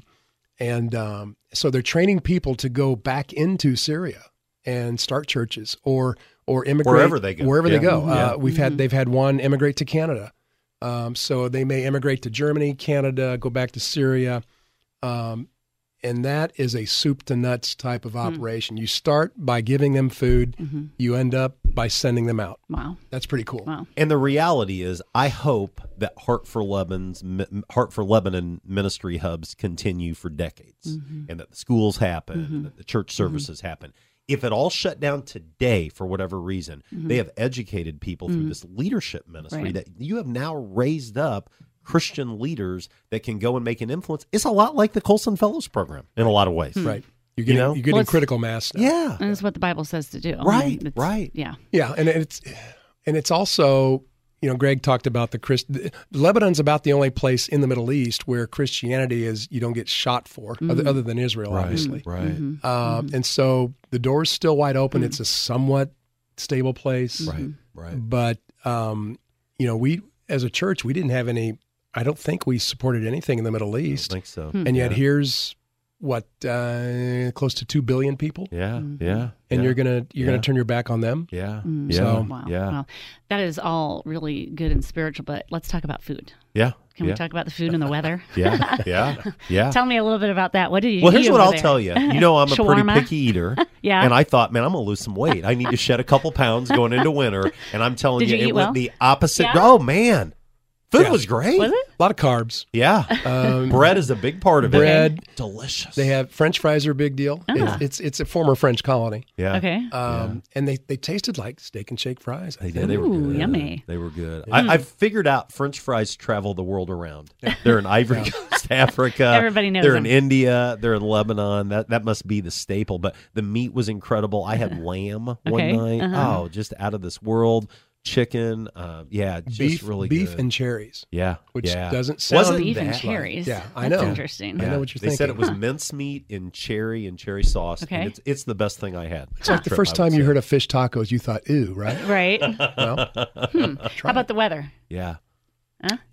and um, so they're training people to go back into Syria and start churches or or immigrate
Wherever they go.
Wherever
Yeah. Mm-hmm.
they go,
Yeah.
uh, we've
Mm-hmm.
had they've had one immigrate to Canada, um, so they may immigrate to Germany, Canada, go back to Syria. Um, and that is a soup to nuts type
Hmm.
of operation. You start by giving them food, you end up by sending them out.
Wow.
That's pretty cool.
Mm-hmm. Wow.
And the reality is, I hope that Heart for Lebanon's Heart for Lebanon ministry hubs continue for decades, and that the schools happen, and that the church services happen. If it all shut down today for whatever reason, they have educated people through this leadership ministry
Right.
that you have now raised up Christian leaders that can go and make an influence. It's a lot like the Colson Fellows program in a lot of ways,
Right. You're getting, you
know?
are getting
Hmm. Well, it's-
critical mass. Now.
Yeah,
And that's what the Bible says to do. I mean,
Right,
it's-
right.
Yeah.
Yeah, and it's and it's also you know Greg talked about the Christ. Lebanon's about the only place in the Middle East where Christianity is you don't get shot for other, other than Israel, obviously.
right.
Um, And so the door's still wide open. It's a somewhat stable place,
Right, right.
but um, you know we as a church we didn't have any. I don't think we supported anything in the Middle
I
East,
think so.
and yet here's what uh, close to two billion people.
Yeah, yeah.
And
yeah.
you're gonna you're
Yeah.
gonna turn your back on them.
Yeah,
Mm.
yeah,
So-
Wow.
yeah,
Wow. That is all really good and spiritual, but let's talk about food.
yeah.
Can
yeah.
we talk about the food and the weather?
Yeah, yeah, yeah.
Tell me a little bit about that. What did you
well,
eat
here's what
over
I'll
there?
tell you. You know, I'm a pretty
Shawarma?
picky eater.
Yeah.
And I thought, man, I'm going to lose some weight. I need to shed a couple pounds going into winter. And I'm telling
Did you
it
eat
went
well?
the opposite.
Yeah?
Oh, man. Food
Yeah.
was great.
Was it?
A lot of carbs.
Yeah.
Um,
bread is a big part of it.
bread.
Delicious.
They have French fries are a big deal.
Ah.
It's, it's it's a former French colony.
yeah.
Okay.
Um, and they, they tasted like steak and shake fries. I
They
think.
did. They were
Ooh,
good.
yummy.
They were good. I, I figured out French fries travel the world around. They're in Ivory Coast, Africa.
Everybody knows
They're
them.
in India. They're in Lebanon. That that must be the staple. But the meat was incredible. I had lamb
Okay,
one night.
uh-huh.
Oh, just out of this world. Chicken. Uh, yeah, just
beef,
really
beef
good.
and cherries,
yeah,
which
yeah.
doesn't sound
Wasn't
Beef and
that-
cherries.
Yeah, I
That's
know.
interesting.
I
Yeah.
know what you're
They said it
thinking.
was mincemeat in cherry and cherry sauce. and
Okay.
it's, it's the best thing I had.
It's like the first time you heard of fish tacos, you thought, "Ooh, right?"
Right.
Well,
How about the weather?
Yeah.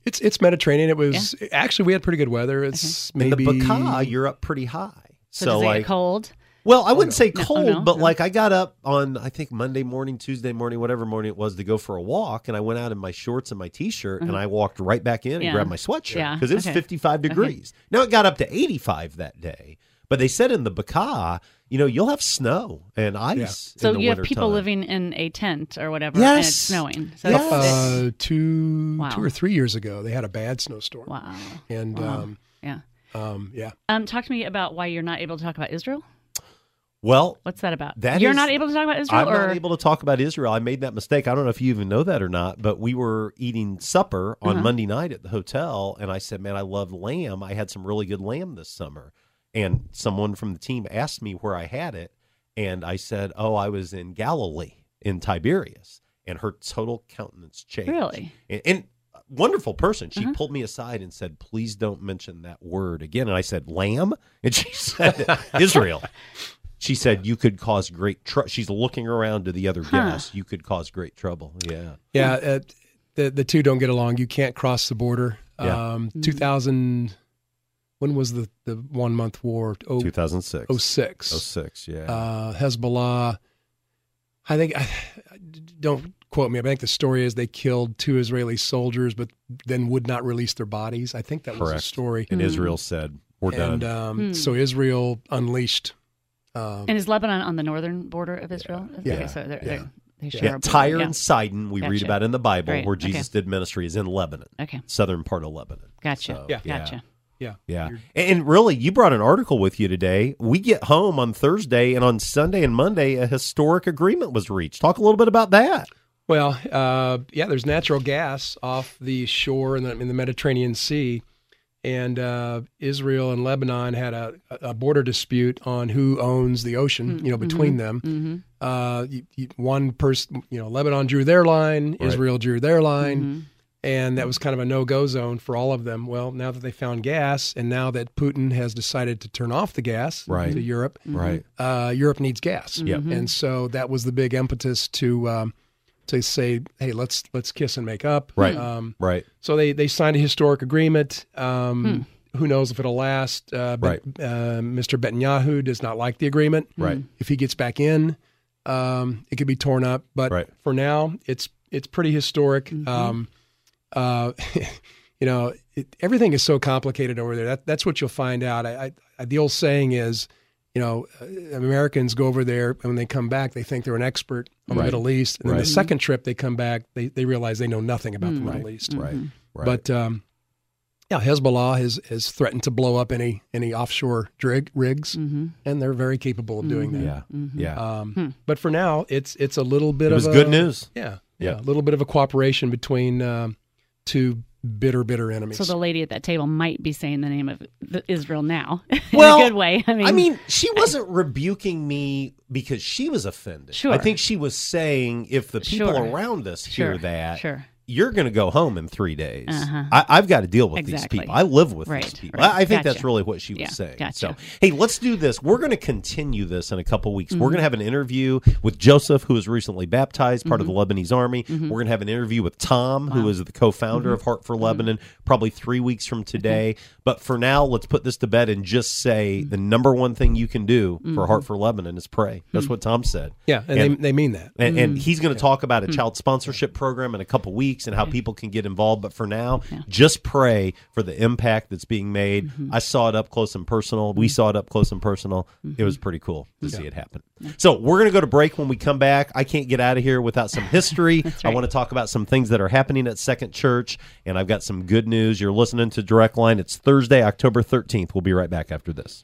it's it's Mediterranean. It was actually we had pretty good weather.
Mm-hmm.
It's maybe
In the Baca, you're up pretty high.
So,
So,
does it
like
get cold?
Well, I wouldn't say
No, oh,
cold,
no,
but
no.
like I got up on I think Monday morning, Tuesday morning, whatever morning it was to go for a walk, and I went out in my shorts and my t-shirt, and I walked right back in and
Mm-hmm. Yeah.
grabbed my sweatshirt
Yeah,
because it was
okay.
55 degrees. Now it got up to 85 that day, but they said in the Baca, you know, you'll have snow and ice.
So
in the
you have people
wintertime.
living in a tent or whatever, and
Yes.
it's snowing. So
Yes.
it's-
uh, two
Wow.
two or three years ago they had a bad snowstorm,
wow.
and
Wow.
um,
yeah.
um, yeah,
Um, talk to me about why you're not able to talk about Israel.
Well,
What's that about?
That
you're
is-
not able to talk about Israel,
I'm
or
not able to talk about Israel. I made that mistake. I don't know if you even know that or not, but we were eating supper on
Uh-huh.
Monday night at the hotel, and I said, "Man, I love lamb. I had some really good lamb this summer." And someone from the team asked me where I had it, and I said, "Oh, I was in Galilee, in Tiberias." And her total countenance changed.
Really? Uh-huh.
And, and a wonderful person. She pulled me aside and said, "Please don't mention that word again." And I said, "Lamb," and she said, "Israel." She said you could cause great trouble. She's looking around to the other guests. You could cause great trouble. Yeah.
yeah. Uh, the the two don't get along. You can't cross the border.
Yeah.
Mm-hmm.
Um, Two thousand. When was the the one month war? Oh,
2006.
oh six.
06, yeah.
uh, Hezbollah. I think, I, don't quote me, but I think the story is they killed two Israeli soldiers, but then would not release their bodies. I think that was
Correct.
the story. Mm-hmm.
and Israel said, we're done.
And um,
Hmm.
so Israel unleashed. Um,
and is Lebanon on the northern border of Israel? Okay,
Yeah.
so they're,
Yeah.
they're, they share
yeah,
a border.
Tyre
Yeah.
and Sidon, we read
Gotcha.
about in the Bible,
Great,
where
okay.
Jesus did ministry, is in Lebanon,
Okay,
southern part of Lebanon.
gotcha,
So,
gotcha.
yeah.
Yeah. And and really, you brought an article with you today. We get home on Thursday, and on Sunday and Monday, a historic agreement was reached. Talk a little bit about that.
Hmm. Well, uh, yeah, there's natural gas off the shore in the, in the Mediterranean Sea, and uh, Israel and Lebanon had a, a border dispute on who owns the ocean. You know, between them, uh, you, you, one person, you know, Lebanon drew their line, Israel drew their line, and that was kind of a no-go zone for all of them. Well, now that they found gas, and now that Putin has decided to turn off the gas
Right.
to Europe,
Right.
uh, Europe needs gas.
Yep.
And so that was the big impetus to um, to say, hey, let's let's kiss and make up.
Right.
Um,
Right.
so they they signed a historic agreement. Um, Who knows if it'll last? Uh, but, uh, Mr. Netanyahu does not like the agreement.
Hmm. Right.
If he gets back in, um, it could be torn up. But
Right.
for now, it's it's pretty historic. Um, uh, you know, it, everything is so complicated over there. That, that's what you'll find out. I, I, I, the old saying is, you know, uh, Americans go over there and when they come back, they think they're an expert on
Right.
the Middle East. And then
Right.
the second trip they come back, they, they realize they know nothing about
Hmm.
the Middle East.
Right. Right.
But um, yeah, Hezbollah has, has threatened to blow up any any offshore drig, rigs,
Mm-hmm.
and they're very capable of doing that.
yeah. Yeah.
Um,
Hmm.
But for now, it's it's a little bit
it
of
was
a,
good news.
Yeah,
Yeah.
yeah, a little bit of a cooperation between um, two bitter, bitter enemies.
So the lady at that table might be saying the name of the Israel now in
Well,
a good way. I mean,
I mean, she wasn't rebuking me because she was offended.
Sure.
I think she was saying if the people
Sure.
around us
sure,
hear that,
sure.
you're going to go home in three days.
Uh-huh.
I, I've got to deal with
Exactly.
these people. I live with
Right,
these people.
right.
I, I think that's
Gotcha.
really what she was
Yeah,
saying.
gotcha.
So, hey, let's do this. We're going to continue this in a couple weeks. We're
Mhm.
going to have an interview with Joseph, who was recently baptized,
Mhm.
part of the Lebanese army.
Mhm.
We're going to have an interview with Tom, who
Wow.
is the co founder
Mhm.
of Heart for Lebanon, probably three weeks from today. But for now, let's put this to bed and just say
Mm-hmm.
the number one thing you can do for
Mhm.
Heart for Lebanon is pray.
Mhm.
That's
Mm-hmm.
what Tom said.
Yeah, and they- they mean that.
And, and
Mm.
he's going to talk about a
Mm.
child sponsorship program in a couple weeks and how people can get involved. But for now,
Yeah. Mm-hmm.
just pray for the impact that's being made. I saw it up close and personal. We saw it up close and personal.
Mm-hmm.
It was pretty cool to see it happen. So we're going to go to break when we come back. I can't get out of here without some history. I want to talk about some things that are happening at Second Church, and I've got some good news. You're listening to Direct Line. It's Thursday, October 13th. We'll be right back after this.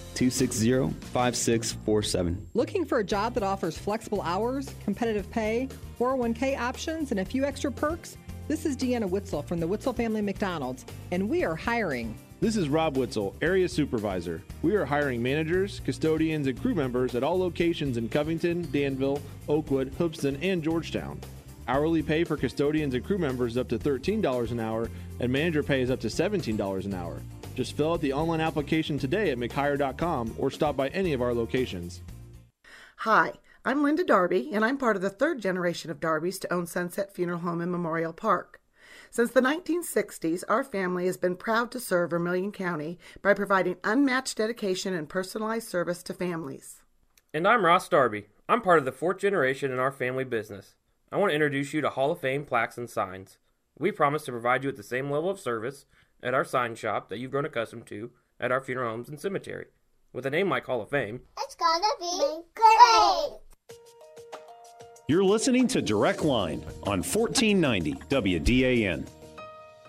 260 5647.
Looking for a job that offers flexible hours, competitive pay, 401k options, and a few extra perks? This is Deanna Witzel from the Witzel Family McDonald's, and we are hiring.
This is Rob Witzel, Area Supervisor. We are hiring managers, custodians, and crew members at all locations in Covington, Danville, Oakwood, Hoopston, and Georgetown. Hourly pay for custodians and crew members is up to $13 an hour, and manager pay is up to $17 an hour. Just fill out the online application today at McHire.com or stop by any of our locations.
Hi, I'm Linda Darby, and I'm part of the third generation of Darbys to own Sunset Funeral Home and Memorial Park. Since the 1960s, our family has been proud to serve Vermillion County by providing unmatched dedication and personalized service to families.
And I'm Ross Darby. I'm part of the fourth generation in our family business. I want to introduce you to Hall of Fame plaques and signs. We promise to provide you at the same level of service at our sign shop that you've grown accustomed to at our funeral homes and cemetery. With a name like Hall of Fame,
It's gonna be great.
You're listening to Direct Line on 1490 WDAN.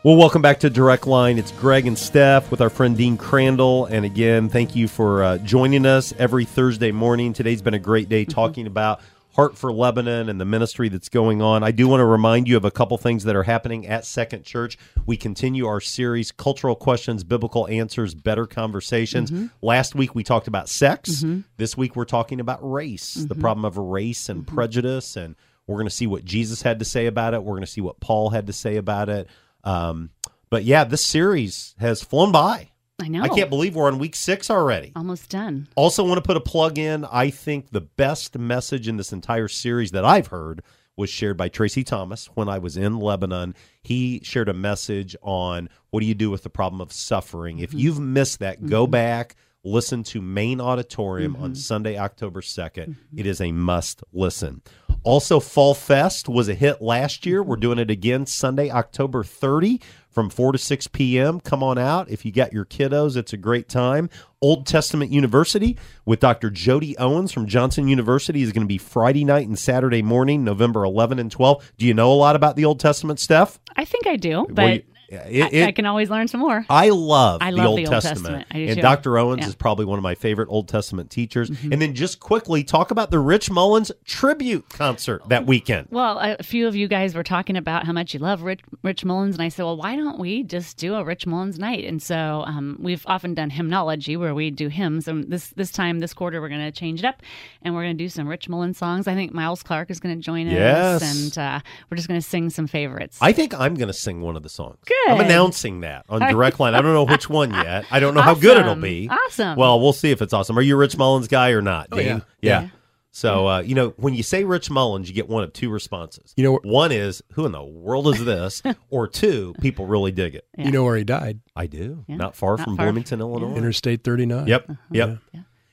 Well, welcome back to Direct Line. It's Greg and Steph with our friend Dean Crandall. And again, thank you for uh, joining us every Thursday morning. Today's been a great day talking about Heart for Lebanon and the ministry that's going on. I do want to remind you of a couple things that are happening at Second Church. We continue our series, Cultural Questions, Biblical Answers, Better Conversations.
Mhm.
Last week we talked about sex.
Mhm.
This week we're talking about race, the
Mhm.
problem of race and prejudice, and we're going to see what Jesus had to say about it. We're going to see what Paul had to say about it. Um, but yeah, this series has flown by.
I know.
I can't believe we're on week six already.
Almost done.
Also, want to put a plug in. I think the best message in this entire series that I've heard was shared by Tracy Thomas when I was in Lebanon. He shared a message on what do you do with the problem of suffering. If
Mhm.
you've missed that, go
Mhm.
back, listen to Main Auditorium on
Mhm.
Sunday, October 2nd. It is a must listen. Also, Fall Fest was a hit last year.
Mm-hmm.
We're doing it again Sunday, October 30 from 4 to 6 p.m. Come on out. If you got your kiddos, it's a great time. Old Testament University with Dr. Jody Owens from Johnson University is going to be Friday night and Saturday morning, November 11 and 12. Do you know a lot about the Old Testament, Steph?
I think I do, but
Well, you- it-
I,
it-
I can always learn some more.
I love,
I
the
love
Old
the Old
Testament.
Testament. I do
and
too.
Dr. Owens
Yeah. Mm-hmm.
is probably one of my favorite Old Testament teachers. And then just quickly talk about the Rich Mullins tribute concert that weekend.
Well, a a few of you guys were talking about how much you love Rich, Rich Mullins, and I said, well, why don't we just do a Rich Mullins night? And so um, we've often done hymnology where we do hymns, and this this time this quarter we're going to change it up, and we're going to do some Rich Mullins songs. I think Miles Clark is going to join
Yes.
us, and uh, we're just going to sing some favorites.
I think I'm going to sing one of the songs.
Good.
I'm announcing that on
All right.
Direct Line. I don't know which one yet. I don't know how good it'll be.
Awesome.
Well, we'll see if it's awesome. Are you a Rich Mullins guy or not, Dean?
yeah.
Oh, Yeah. So uh, you know, when you say Rich Mullins, you get one of two responses. You know, one is who in the world is this, or two, people really dig it.
You know where he died?
I do. Not far from Bloomington, Illinois.
Interstate 39.
Yep. Yep.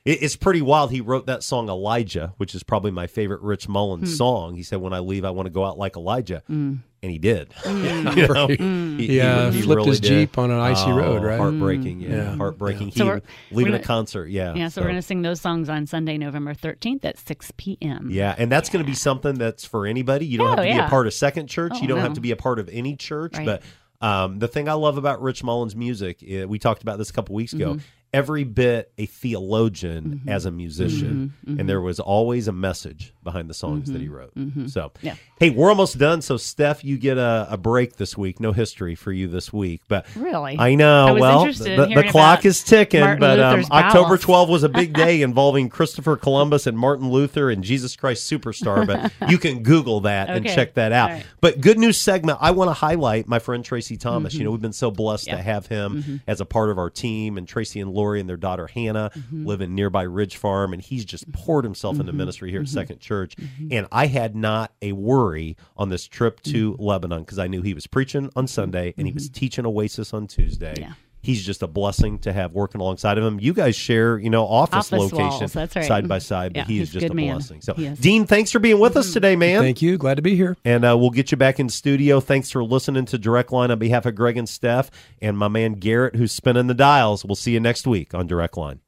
It, it's pretty wild. He wrote that song Elijah, which is probably my favorite Rich Mullins
Hmm.
song. He said, "When I leave, I want to go out like Elijah,"
Mm.
and he did.
Mm.
You know?
Right. Mm. Yeah, flipped his Jeep on an icy road, right?
Oh, Heartbreaking.
Mm.
Yeah,
Yeah.
heartbreaking.
So
he
we're-
leaving
we're
a
gonna-
concert. Yeah.
Yeah, so, we're going to sing those songs on Sunday, November 13th at 6 p.m.
Yeah, and that's going to be something that's for anybody. You don't
Oh,
have to be
yeah.
a part of Second Church.
Oh,
you don't
no.
have to be a part of any church.
Right.
But um, the thing I love about Rich Mullins' music, uh, we talked about this a couple weeks ago.
Mhm.
Every bit a theologian
Mm-hmm.
as a musician,
Mhm, mhm.
and there was always a message behind the songs that he
Mhm,
wrote.
mhm.
So,
Yeah.
hey, we're almost done. So, Steph, you get a, a break this week. No history for you this week, but
Really?
I know.
I was
well,
interested in
the, the
hearing
clock
about
is ticking,
Martin
but um,
Luther's
October
ballast.
12 was a big day involving Christopher Columbus and Martin Luther and Jesus Christ Superstar, but you can Google that and
Okay.
check that out.
All right.
But good news segment, I want to highlight my friend Tracy Thomas.
Mm-hmm.
You
Mhm.
know, we've been so blessed
Yeah.
to have him
Mhm.
as a part of our team, and Tracy and Lori and their daughter Hannah
Mm-hmm.
live in nearby Ridge Farm, and he's just poured himself into
Mhm.
ministry here
Mhm.
at
Mm-hmm.
Second Church. And I had not a worry on this trip to
Mm-hmm.
Lebanon because I knew he was preaching on Sunday and he was teaching Oasis on Tuesday. He's just a blessing to have working alongside of him. You guys share, you know, office,
Office
location
walls, that's right.
side by side, but
Yeah,
he
he's
is
a
just a
good man.
blessing. So,
He is. Mm-hmm.
Dean, thanks for being with us today, man.
Thank you. Glad to be here.
And uh, we'll get you back in studio. Thanks for listening to Direct Line on behalf of Greg and Steph and my man Garrett, who's spinning the dials. We'll see you next week on Direct Line.